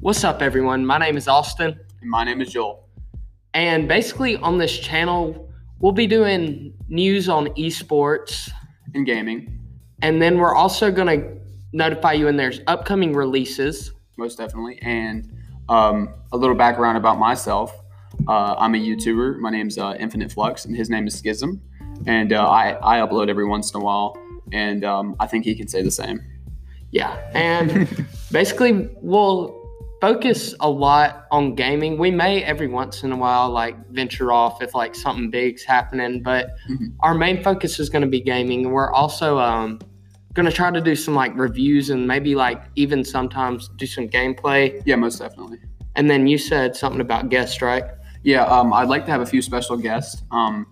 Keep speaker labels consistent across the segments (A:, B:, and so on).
A: What's up, everyone? My name is Austin,
B: And my name is Joel.
A: and basically on this channel, we'll be doing news on esports,
B: In gaming,
A: and then we're also going to notify you when there's upcoming releases.
B: most definitely. And um, a little background about myself. Uh, I'm a YouTuber. My name's uh, Infinite Flux, and his name is Schism. And uh, I, I upload every once in a while, and um, I think he can say the same.
A: Yeah, and basically we'll focus a lot on gaming. We may every once in a while like venture off if like something big's happening, but
B: Mhm.
A: our main focus is going to be gaming. And we're also um, going to try to do some like reviews and maybe like even sometimes do some gameplay.
B: Yeah, most definitely.
A: And then you said something about guests, right?
B: Yeah, um, I'd like to have a few special guests. Um,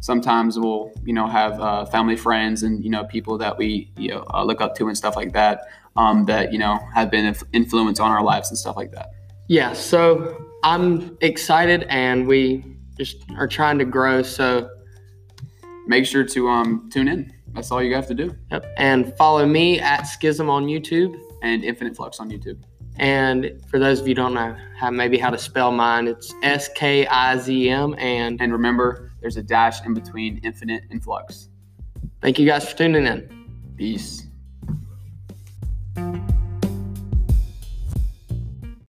B: sometimes we'll, you know, have uh, family, friends, and you know, people that we you know uh, look up to and stuff like that. Um, that you know have been inf- influence on our lives and stuff like that.
A: Yeah, so I'm excited and we just are trying to grow. So
B: Make sure to um, tune in. That's all you have to do.
A: yep. and follow me at Schism on YouTube.
B: And Infinite Flux on YouTube.
A: And for those of you who don't know how maybe how to spell mine, it's S K I Z M. And
B: And remember, there's a dash in between Infinite and Flux.
A: thank you guys for tuning in.
B: Peace.